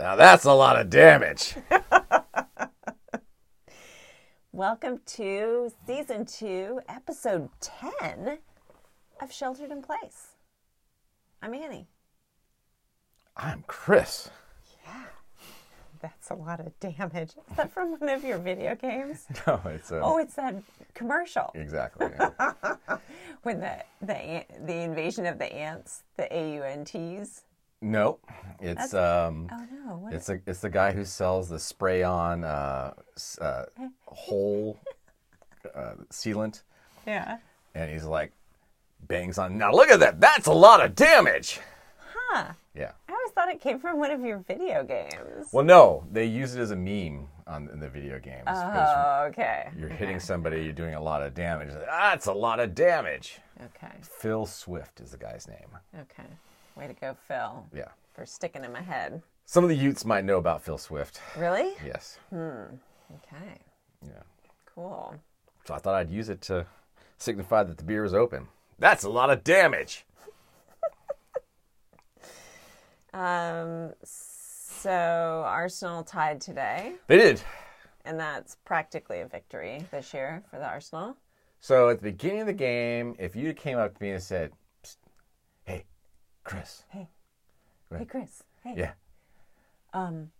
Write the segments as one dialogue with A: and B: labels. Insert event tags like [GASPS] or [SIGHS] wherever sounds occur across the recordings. A: Now that's a lot of
B: [LAUGHS]
A: damage.
B: Welcome to season two, episode 10 of Sheltered in Place. I'm Annie.
A: I'm Chris.
B: That's a lot of damage. Is that from one of your video [LAUGHS] games?
A: [LAUGHS] No, it's a,
B: Oh, it's that commercial
A: exactly. [LAUGHS]
B: when the, the ant- the invasion of the ants, the AUNTs.
A: no, it's um,
B: Oh no, what
A: it's
B: is
A: a, it's the guy who sells the spray on uh, s- uh, whole uh, sealant,
B: yeah.
A: and he's like bangs on. Now look at that. That's a lot of damage.
B: Huh.
A: Yeah.
B: I always thought it came from one of your video games.
A: Well, no, they use it as a meme on in the video games. 'cause
B: Oh, okay.
A: You're hitting somebody. You're doing a lot of damage. That's a lot of damage.
B: Okay.
A: Phil Swift is the guy's name.
B: Okay. Way to go, Phil,
A: Yeah.
B: for sticking in my head.
A: Some of the Utes might know about Phil Swift.
B: Really?
A: Yes.
B: Okay.
A: Yeah.
B: Cool.
A: So I thought I'd use it to signify that the beer is open. That's a lot of damage.
B: Um, so Arsenal tied today,
A: They did.
B: and that's practically a victory this year for the Arsenal.
A: So at the beginning of the game, if you came up to me and said, "Psst, "Hey, Chris,"
B: Hey, Chris. Hey.
A: yeah,
B: Um.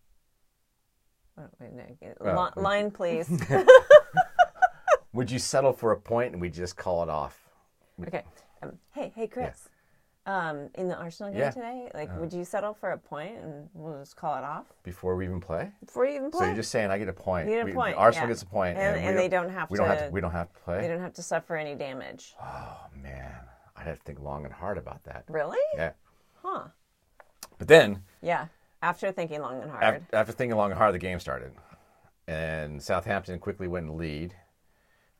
B: what- wait, no, get-
A: Oh,
B: li-
A: okay. [LAUGHS]
B: line, please.
A: would you settle for a point and we just call it off?
B: okay. Um, hey, hey, Chris. Um, in the Arsenal game
A: Yeah. Uh-huh.
B: today, like, would you settle for a point and we'll just call it off
A: Before we even play?
B: before you even
A: So
B: play?
A: you're just saying I get a point.
B: You get a
A: We-
B: point,
A: Arsenal
B: yeah.
A: gets a point,
B: And-
A: we
B: and they don't have
A: we Don't have
B: to-
A: to. We don't have to play.
B: you don't have to suffer
A: [GASPS]
B: any damage.
A: Oh man, I'd have to think long and hard about that.
B: Really?
A: Yeah.
B: Huh.
A: But then
B: Yeah. After thinking long and hard.
A: after, after thinking long and hard, the game started, and Southampton quickly went in lead.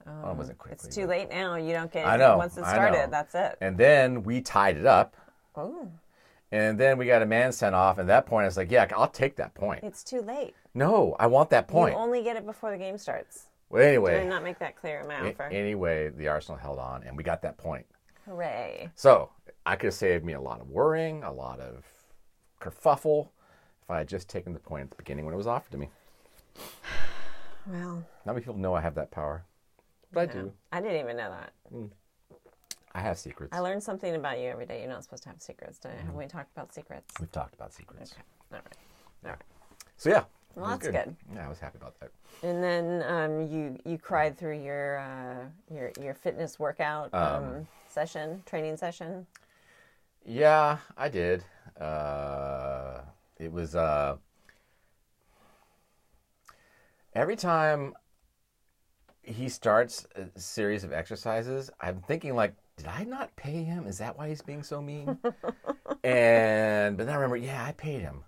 A: Oh, it wasn't quickly.
B: Um, it's too late now. You don't get.
A: I know.
B: Once it
A: I know.
B: started, that's it.
A: And then we tied it up,
B: Oh,
A: and then we got a man sent off. At that point, I was like, "Yeah, I'll take that point."
B: it's too late.
A: No, I want that point.
B: You only get it before the game starts.
A: Well,
B: Did I
A: anyway,
B: not make that clear in my
A: a-
B: offer?
A: anyway, the Arsenal held on, and we got that point.
B: Hooray!
A: So I could have saved me a lot of worrying, a lot of kerfuffle, if I had just taken the point at the beginning when it was offered to me.
B: Well,
A: Not many people know I have that power, but I do.
B: I didn't even know that.
A: I have secrets.
B: I learned something about you every day. You're not supposed to have secrets. Today.
A: Mm-hmm.
B: Have we talked about secrets?
A: We've talked about secrets.
B: All right.
A: So yeah,
B: Well,
A: it was
B: that's good.
A: Yeah, I was happy about that.
B: And then um, you you cried through your uh, your your fitness workout um, session training session.
A: Yeah, I did. Uh, it was uh, every time he starts a series of exercises, I'm thinking like, did I not pay him? Is that why he's being so
B: [LAUGHS]
A: mean? and but then I remember, yeah, I paid him.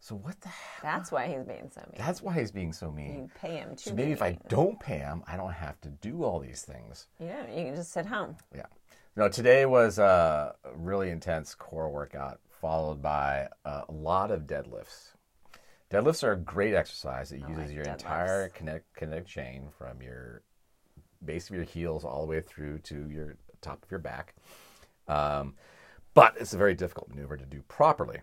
A: So what the heck?
B: That's why he's being so mean.
A: That's why he's being so mean.
B: You pay him too.
A: So maybe if I don't pay him, I don't have to do all these things.
B: you know you can just sit home.
A: Yeah. No, today was a really intense core workout followed by a lot of deadlifts. Deadlifts are a great exercise. It uses
B: like
A: your
B: deadlifts.
A: entire kinetic, kinetic chain from your base of your heels all the way through to your top of your back. Um, but it's a very difficult maneuver to do properly.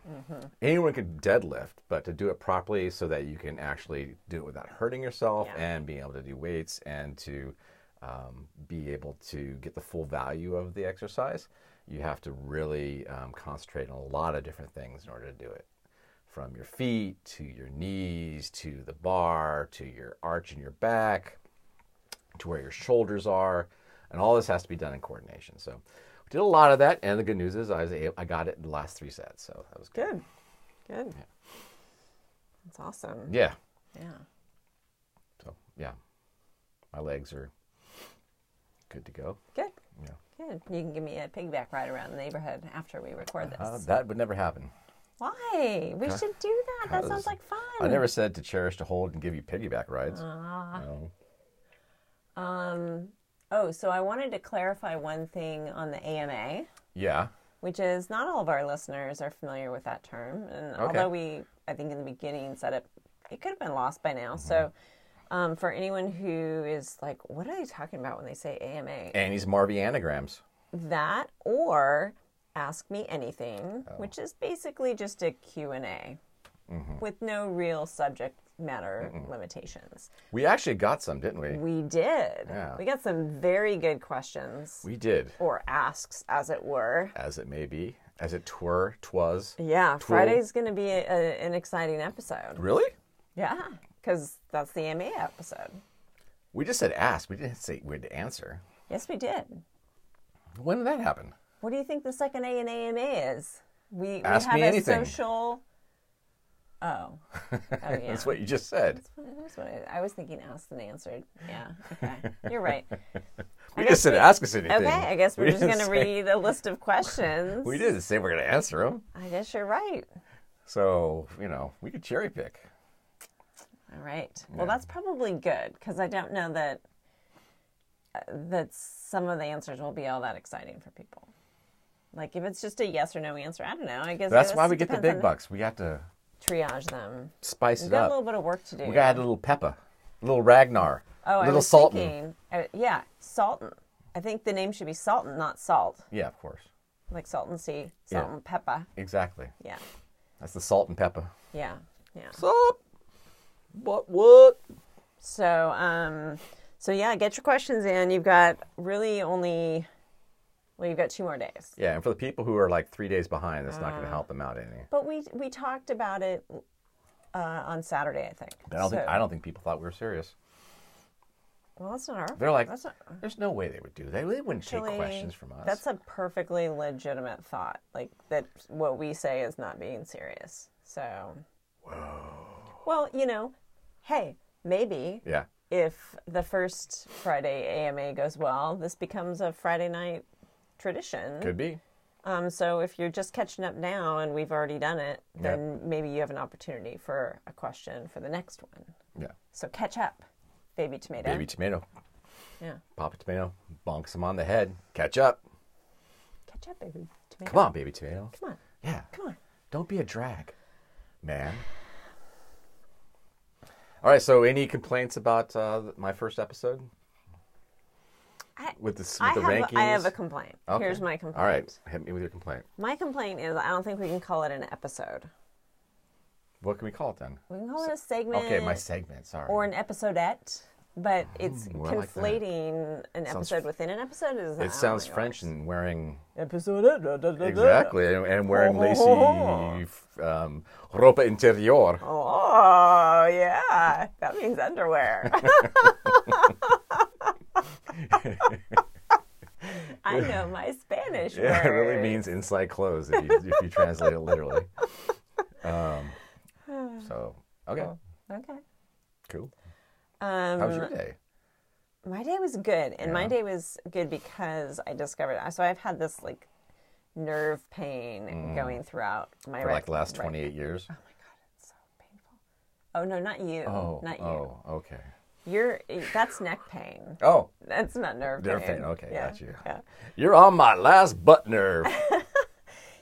A: Anyone can deadlift, but to do it properly so that you can actually do it without hurting yourself and being able to do weights and to um, be able to get the full value of the exercise, you have to really um, concentrate on a lot of different things in order to do it. From your feet to your knees to the bar to your arch in your back to where your shoulders are, and all this has to be done in coordination. So we did a lot of that, and the good news is I was able, I got it in the last three sets, so that was good.
B: Good, good. That's awesome.
A: Yeah.
B: Yeah.
A: So yeah, my legs are good to go.
B: Good.
A: Yeah.
B: Good. You can give me a piggyback ride around the neighborhood after we record this.
A: Uh, that would never happen.
B: Why? We should do that. That
A: 'cause
B: sounds like fun.
A: I never said to cherish, to hold, and give you piggyback rides.
B: Uh-huh.
A: No.
B: Oh, so I wanted to clarify one thing on the AMA,
A: Yeah.
B: which is not all of our listeners are familiar with that term. And
A: Okay.
B: although we, I think in the beginning said it, it could have been lost by
A: Mm-hmm.
B: now. So um, for anyone who is like, what are they talking about when they say AMA?
A: Annie's Marvy anagrams.
B: that
A: Oh.
B: or ask me anything which is basically just a q&a
A: Mm-hmm.
B: with no real subject matter limitations.
A: We actually got some, didn't we?
B: We did.
A: Yeah.
B: We got some very good questions
A: We did,
B: or asks, as it were.
A: as it may be, as it twere, twas.
B: Yeah, Friday's going to be a, a- an exciting episode.
A: Really?
B: Yeah, because that's the AMA episode.
A: We just said ask. We didn't say we'd answer.
B: Yes, we did.
A: When did that happen?
B: What do you think the second A in AMA is? We, we
A: Ask
B: have
A: me
B: a
A: anything.
B: social. Oh.
A: [LAUGHS]
B: Oh, yeah.
A: That's what you just said.
B: That's what I, I was thinking asked and answered. Yeah,
A: [LAUGHS]
B: okay. You're right.
A: We just said ask us anything.
B: Okay, I guess we're
A: We
B: just
A: didn't
B: going to
A: say-
B: read a list of questions.
A: We didn't say we're going to answer them.
B: I guess you're right.
A: So, you know, we could cherry pick.
B: All right. Well, that's probably good because I don't know that uh, that some of the answers will be all that exciting for people. Like if it's just a yes or no answer, I don't know. I guess
A: That's
B: this
A: why we get the
B: depends
A: big
B: on-
A: bucks. We have to
B: Triage them.
A: spice
B: We've
A: it
B: got
A: up.
B: a little bit of work to do.
A: we got to add a little pepper, a little Ragnar,
B: oh,
A: a
B: I
A: little
B: was
A: salt.
B: Thinking, uh, yeah, Salton. I think the name should be Salton, not Salt.
A: Yeah, of course.
B: Like Salton Sea,
A: Yeah.
B: Salt and Peppa.
A: Exactly.
B: Yeah,
A: That's the salt and pepper.
B: yeah, yeah.
A: Salt. What? What?
B: So, um, so yeah, get your questions in. You've got really only, well, you've got two more days.
A: Yeah, and for the people who are like three days behind, that's not going
B: Ah.
A: to help them out any.
B: But we we talked about it uh, on Saturday, I think.
A: I don't think
B: So-
A: I don't think people thought we were serious.
B: Well, that's not our.
A: They're like,
B: that's not
A: there's no way they would do that. They wouldn't
B: actually-
A: take questions from us.
B: That's a perfectly legitimate thought. Like that, what we say is not being serious. So. Well, you know, hey, maybe
A: yeah.
B: if the first Friday AMA goes well, this becomes a Friday night tradition.
A: Could be.
B: Um, so if you're just catching up now and we've already done it, then maybe you have an opportunity for a question for the next one.
A: Yeah.
B: So catch up, baby tomato.
A: Baby tomato.
B: Yeah,
A: Pop a tomato. Bonks him on the head. Catch up.
B: catch up, baby tomato.
A: Come on, baby tomato.
B: Come on,
A: Yeah.
B: come on.
A: Don't be a drag, man. All right. So, any complaints about uh, my first episode
B: I,
A: with the s- with
B: I,
A: the
B: have,
A: rankings?
B: a, I have a complaint.
A: Okay.
B: Here's my complaint.
A: All right. Hit me with your complaint.
B: My complaint is I don't think we can call it an episode.
A: What can we call it then?
B: We can call it a segment
A: Okay, my segment. Sorry.
B: or an episodette, but it's
A: Ooh, Mm, I like that.
B: conflating an
A: Sounds-
B: episode within an episode. Is
A: it sounds
B: Oh
A: French and wearing
B: Episodette. da, da, da, da.
A: exactly and, and wearing
B: Ho, ho,
A: lacy
B: ho,
A: f- um, ropa interior.
B: Oh, yeah. That
A: [LAUGHS]
B: means underwear. [LAUGHS] I know my Spanish word.
A: Yeah, it really means inside clothes if you, if you translate it literally. Um, so okay,
B: Okay.
A: cool.
B: Um,
A: How was your day?
B: my day was good, and my
A: Yeah.
B: day was good because I discovered. So I've had this like nerve pain going throughout my
A: Mm. For
B: right-
A: like the last
B: right-
A: 28 years.
B: Oh my god, it's so painful. Oh no, not you.
A: Oh,
B: not you.
A: oh, okay.
B: You're that's neck pain.
A: Oh,
B: That's not nerve pain.
A: Nerve pain, okay,
B: yeah.
A: got you.
B: Yeah.
A: you're on my last butt
B: [LAUGHS]
A: nerve.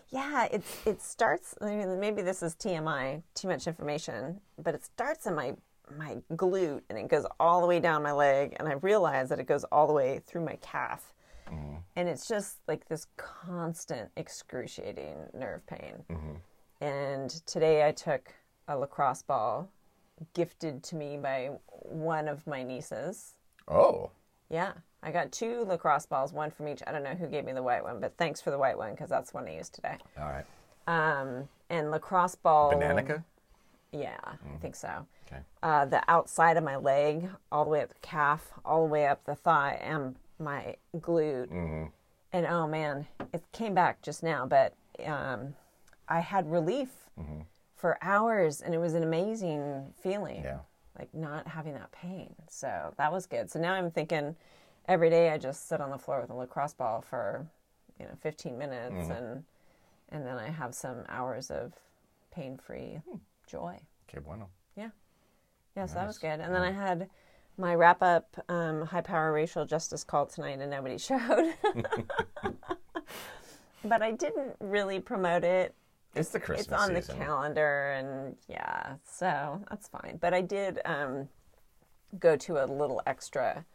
B: Yeah, it's it starts. I mean, maybe this is TMI, too much information, but it starts in my my glute and it goes all the way down my leg, and I realize that it goes all the way through my calf, and it's just like this constant excruciating nerve pain. And today I took a lacrosse ball, gifted to me by one of my nieces.
A: oh,
B: Yeah, I got two lacrosse balls, one from each. I don't know who gave me the white one, but thanks for the white one because that's the one I used today
A: all right.
B: um, and lacrosse ball.
A: Bananica?
B: Yeah, I think so.
A: Okay.
B: Uh, the outside of my leg, all the way up the calf, all the way up the thigh, and my glute. And oh man, it came back just now, but um, I had relief for hours, and it was an amazing feeling.
A: Yeah.
B: Like not having that pain. So that was good. So now I'm thinking every day I just sit on the floor with a lacrosse ball for, you know, 15 minutes and and then I have some hours of pain-free joy.
A: Okay, bueno.
B: Yeah. Yeah, so that was good. And then I had my wrap up um, high power racial justice call tonight, and
A: [LAUGHS]
B: nobody [LAUGHS] showed. but I didn't really promote it.
A: It's the Christmas
B: It's on the
A: season.
B: calendar, and yeah, so that's fine. But I did um, go to a little extra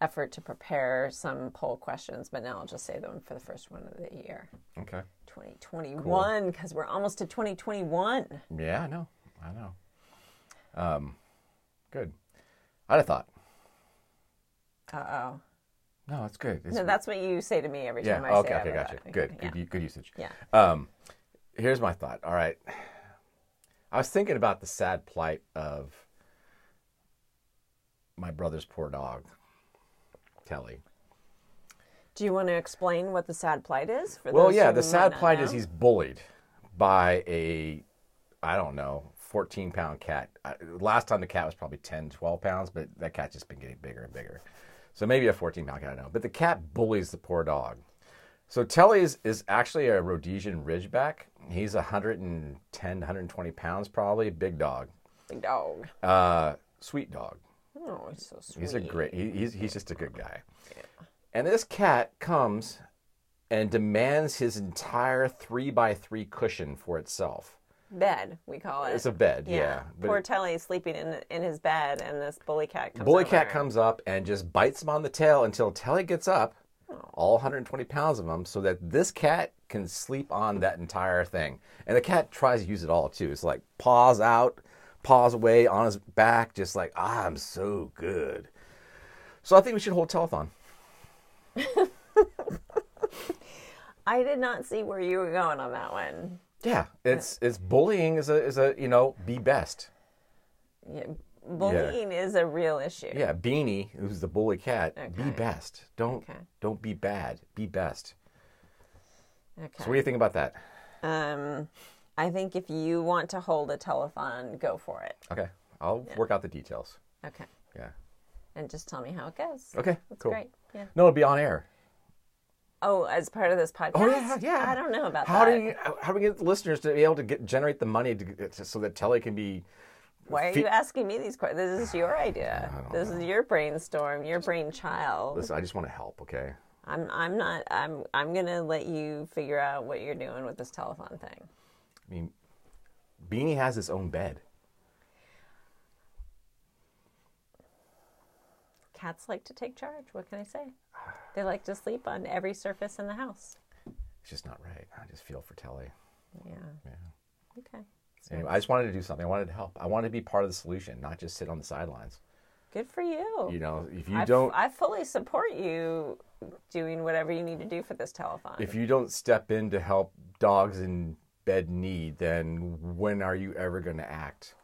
B: effort to prepare some poll questions, but now I'll just save them for the first one of the year.
A: Okay.
B: 2021 because we're almost to 2021.
A: Yeah, I know. I I know. Um, good. I'd have thought.
B: Uh oh.
A: No, it's good. It's
B: No, that's what you say to me every
A: yeah.
B: time I
A: Okay.
B: say I
A: Okay.
B: have a
A: Gotcha.
B: thought.
A: Good.
B: Yeah.
A: Good. u- Good usage.
B: Yeah.
A: Um, here's my thought. All right. I was thinking about the sad plight of my brother's poor dog, Kelly.
B: Do you want to explain what the sad plight is? For
A: Well,
B: those
A: yeah,
B: who
A: the
B: might
A: sad
B: not
A: plight is
B: know?
A: he's bullied by a, I don't know, 14 pound cat. I- Last time the cat was probably 10, 12 pounds, but that cat's just been getting bigger and bigger. So maybe a 14 pound cat, I don't know. But the cat bullies the poor dog. So Telly is, is actually a Rhodesian Ridgeback. He's 110, 120 pounds probably, big dog.
B: big dog.
A: Uh, sweet dog.
B: Oh, he's so sweet.
A: He's a great. He, he's he's just a good guy. And this cat comes and demands his entire three by three cushion for itself.
B: bed. We call it.
A: It's a bed, yeah. But
B: Poor Telly is sleeping in in his bed, and this bully cat comes.
A: bully
B: over.
A: cat comes up and just bites him on the tail until Telly gets up, all 120 pounds of him, so that this cat can sleep on that entire thing. And the cat tries to use it all too. It's like paws out, paws away on his back, just like "Ah, I'm so good. So I think we should hold a telethon.
B: I did not see where you were going on that one.
A: Yeah, it's it's bullying is a is a you know be best.
B: Yeah, bullying is a real issue.
A: Yeah, Beanie, who's the bully cat, be
B: Okay.
A: best. Don't
B: Okay.
A: don't be bad. Be best.
B: Okay.
A: So what do you think about that?
B: Um, I think if you want to hold a telethon, go for it.
A: Okay, I'll work out the details.
B: Okay,
A: Yeah.
B: and just tell me how it goes.
A: Okay.
B: That's
A: cool.
B: great. Yeah.
A: No, it'll be on air.
B: Oh, as part of this podcast.
A: Oh yeah, yeah.
B: I don't know about
A: how
B: that.
A: do you how do we get the listeners to be able to get generate the money to, get- so that Telly can be
B: Why are
A: Fe-
B: you asking me these questions? This is your idea. This is your brainstorm, your brainchild.
A: listen? I just want to help. Okay.
B: I'm I'm not I'm I'm gonna let you figure out what you're doing with this telephone thing.
A: I mean, Beanie has his own bed.
B: Cats like to take charge. What can I say?
A: [SIGHS]
B: They like to sleep on every surface in the house.
A: It's just not right. I just feel for Telly.
B: Yeah. Okay.
A: Anyway, I just wanted to do something. I wanted to help. I wanted to be part of the solution, not just sit on the sidelines.
B: Good for you.
A: You know, if
B: I
A: you
B: f-
A: don't
B: I fully support you doing whatever you need to do for this telephone.
A: if you don't step in to help dogs in bed need, then when are you ever going to act?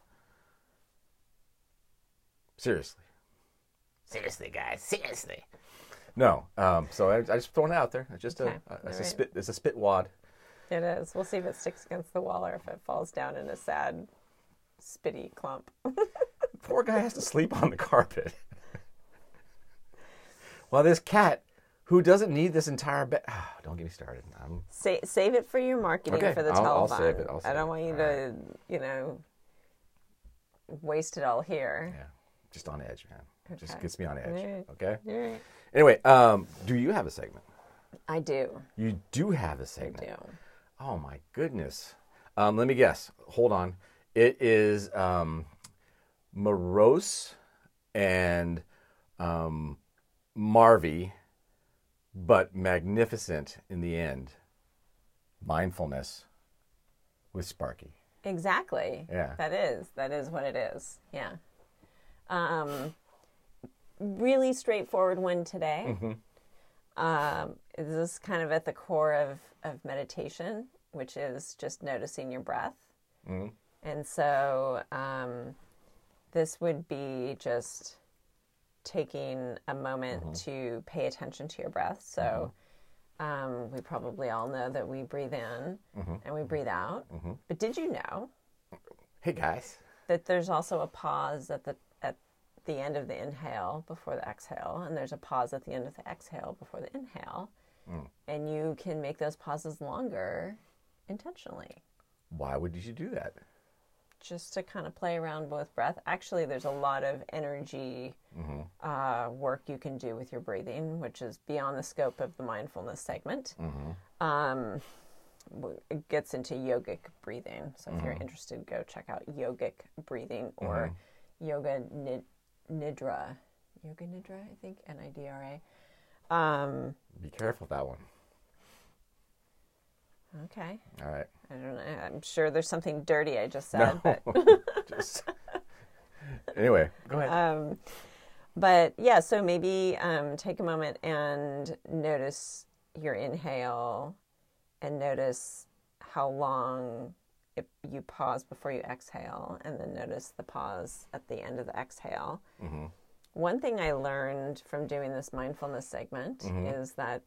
A: Seriously. Seriously, guys. Seriously. No. Um, so I, I just throwing it out there. It's just
B: Okay.
A: a,
B: All
A: it's a
B: right.
A: spit it's a spit wad.
B: It is. We'll see if it sticks against the wall or if it falls down in a sad, spitty clump.
A: Poor guy has to sleep on the carpet. While this cat, who doesn't need this entire bed, don't get me started. I'm
B: Sa- save it for your marketing
A: Okay,
B: for the
A: I'll-
B: telephone.
A: I'll save it, I'll
B: I
A: save
B: don't
A: it.
B: want you to, you know, waste it all here.
A: yeah, just on edge, man. Just
B: Okay.
A: gets me on edge.
B: Alright.
A: Okay.
B: Alright.
A: Anyway, um, do you have a segment?
B: I do.
A: You do have a
B: I
A: segment.
B: do.
A: Oh my goodness. Um, let me guess. Hold on. It is um, morose and um, Marvy, but magnificent in the end. Mindfulness with Sparky.
B: Exactly.
A: Yeah.
B: That is. That is what it is. Yeah. Um, really straightforward one today. Um, this is kind of at the core of, of meditation, which is just noticing your breath. And so um, this would be just taking a moment to pay attention to your breath. So um, we probably all know that we breathe in and we breathe out. But did you know
A: Hey guys.
B: that there's also a pause at the at the end of the inhale before the exhale, and there's a pause at the end of the exhale before the inhale, and you can make those pauses longer intentionally,
A: Why would you do that?
B: just to kind of play around with breath. Actually, there's a lot of energy uh, work you can do with your breathing, which is beyond the scope of the mindfulness segment. Um, w- it gets into yogic breathing. So if you're interested, go check out yogic breathing or yoga ni- nidra. Yoga nidra, I think, N I D R A. Um,
A: Be careful with that one.
B: Okay.
A: All right.
B: I don't know. I'm sure there's something dirty I just said, but
A: Just [LAUGHS] anyway, go ahead.
B: um, but yeah, so maybe um, take a moment and notice your inhale and notice how long it, you pause before you exhale, and then notice the pause at the end of the exhale. One thing I learned from doing this mindfulness segment is that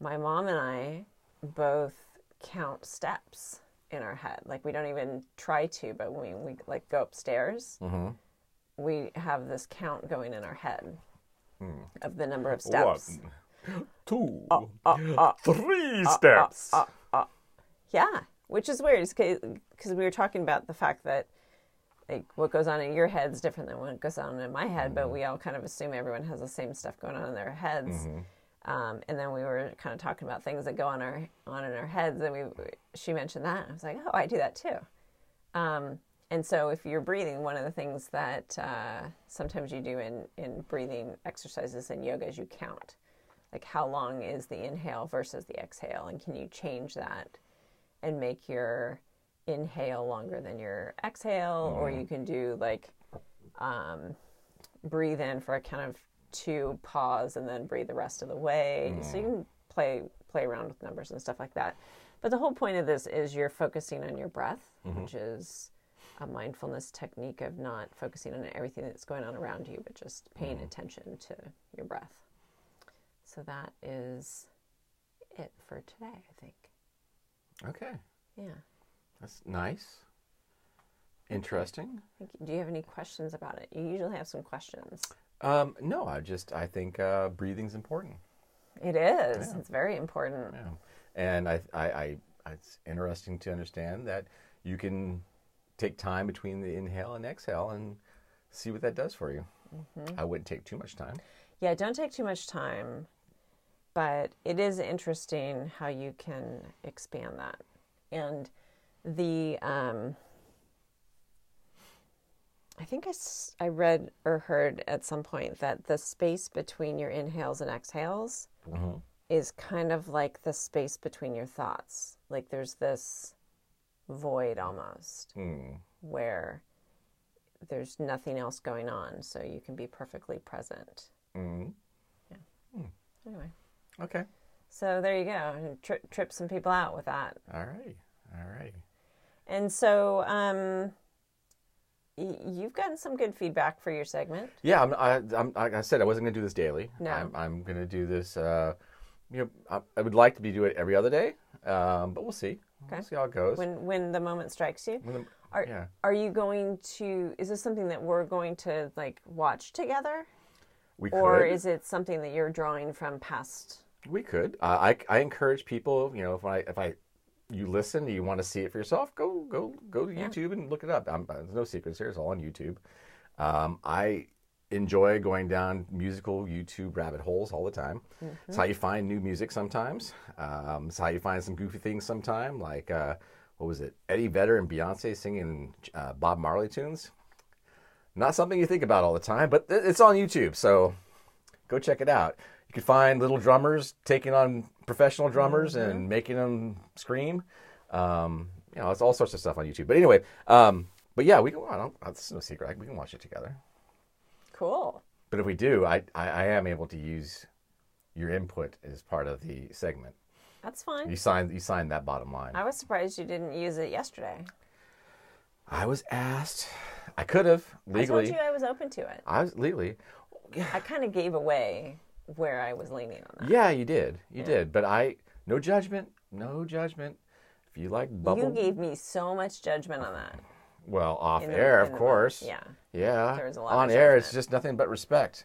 B: my mom and I both count steps in our head. Like we don't even try to, but when we like go upstairs, we have this count going in our head of the number of steps. uh,
A: Two, three steps.
B: Yeah, which is weird because we were talking about the fact that like what goes on in your head is different than what goes on in my head, but we all kind of assume everyone has the same stuff going on in their heads. Um, and then we were kind of talking about things that go on our on in our heads, and we she mentioned that I was like, oh, I do that too. Um, and so, if you're breathing, one of the things that uh, sometimes you do in, in breathing exercises and yoga is you count. Like, how long is the inhale versus the exhale? And can you change that and make your inhale longer than your exhale? Or you can do like um, breathe in for a count of two, pause, and then breathe the rest of the way. So you can play play around with numbers and stuff like that. But the whole point of this is you're focusing on your breath, which is a mindfulness technique of not focusing on everything that's going on around you, but just paying attention to your breath. So that is it for today, I think.
A: Okay,
B: Yeah.
A: that's nice. Interesting.
B: Thank you. Do you have any questions about it? You usually have some questions.
A: Um, no, I just I think uh, breathing's important.
B: It is. It's very important.
A: Yeah, and I, I, I, it's interesting to understand that you can take time between the inhale and exhale and see what that does for you. I wouldn't take too much time.
B: Yeah, don't take too much time, but it is interesting how you can expand that. And the, um, I think I, s- I read or heard at some point that the space between your inhales and exhales
A: Mm-hmm.
B: is kind of like the space between your thoughts. Like there's this void almost where there's nothing else going on, so you can be perfectly present.
A: Mm.
B: Anyway,
A: Okay.
B: so there you go. Trip, trip some people out with that.
A: All right. All right.
B: And so um, y- you've gotten some good feedback for your segment.
A: Yeah, I'm, I, I'm, like I said, I wasn't going to do this daily.
B: No.
A: I'm, I'm going to do this. Uh, you know, I, I would like to be doing it every other day, um, but we'll see.
B: Okay.
A: We'll see how it goes.
B: When when the moment strikes you,
A: When the-
B: are
A: yeah.
B: are you going to? Is this something that we're going to like watch together,
A: we
B: or
A: could.
B: is it something that you're drawing from past?
A: We could. Uh, I I encourage people. You know, if I if I you listen, you want to see it for yourself. Go go go to YouTube and look it up. I'm, uh, there's no secrets here. It's all on YouTube. Um, I enjoy going down musical YouTube rabbit holes all the time. It's how you find new music sometimes. Um, it's how you find some goofy things sometime. Like uh, what was it? Eddie Vedder and Beyonce singing uh, Bob Marley tunes. Not something you think about all the time, but th- it's on YouTube. So go check it out. You can find little drummers taking on professional drummers
B: Mm-hmm.
A: and making them scream. Um, you know, it's all sorts of stuff on YouTube. But anyway, um, but yeah, we can. I don't, it's no secret. We can watch it together.
B: Cool.
A: But if we do, I, I, I am able to use your input as part of the segment.
B: Mm-hmm. That's fine.
A: You signed you signed that bottom line.
B: I was surprised you didn't use it yesterday.
A: I was asked. I could have
B: I
A: legally.
B: told you I was open to it.
A: I was legally.
B: I kind of gave away where I was leaning on that.
A: Yeah, you did. You did. But I no judgment. No judgment. If you like bubble,
B: You gave me so much judgment on that.
A: Well, off
B: the-
A: air,
B: in
A: of
B: the moment,
A: course.
B: yeah.
A: Yeah.
B: There was a lot
A: On
B: of
A: air, it's just nothing but respect.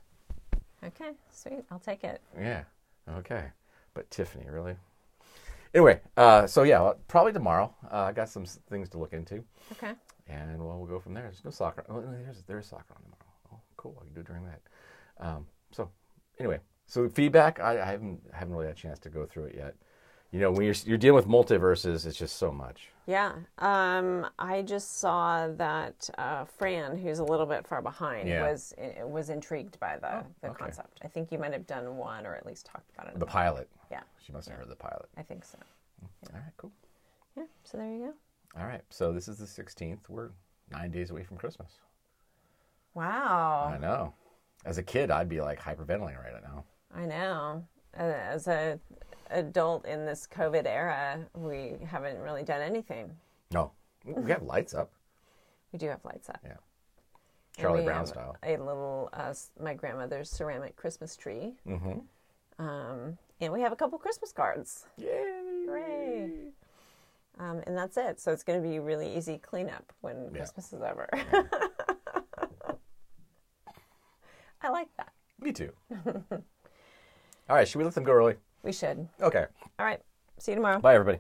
B: Okay, sweet. I'll take it.
A: Yeah. Okay. But Tiffany, really? Anyway, uh, so yeah, probably tomorrow. Uh, I got some s- things to look into,
B: Okay.
A: and well, we'll go from there. There's no soccer. Oh, no, there's there's soccer on tomorrow. Oh, cool. I can do it during that. Um, so anyway, so feedback. I, I haven't haven't really had a chance to go through it yet. You know, when you're s- you're dealing with multiverses, it's just so much.
B: Yeah. Um, I just saw that uh, Fran, who's a little bit far behind,
A: Yeah.
B: was i- was intrigued by the, the
A: okay.
B: concept. I think you might have done one or at least talked about it.
A: The pilot.
B: Yeah,
A: She must have heard the pilot.
B: I think so.
A: All right, cool.
B: So there you go.
A: All right. So this is the 16th. We're nine days away from Christmas. I
B: Wow.
A: know. As a kid, I'd be like hyperventilating right now.
B: I know. Uh, As a adult in this COVID era, we haven't really done anything.
A: No. We have lights
B: [LAUGHS]
A: up.
B: We do have lights up.
A: Yeah.
B: And
A: Charlie
B: we
A: Brown
B: have
A: style.
B: A little, uh, s- my grandmother's ceramic Christmas tree.
A: Mm-hmm.
B: Um, and we have a couple Christmas cards.
A: Yay.
B: Hooray. Um, and that's it. So it's going to be really easy cleanup when Christmas is over. [LAUGHS] I like that.
A: Me too. [LAUGHS] All right. Should we let them go early?
B: We should.
A: Okay.
B: All right. See you tomorrow.
A: Bye, everybody.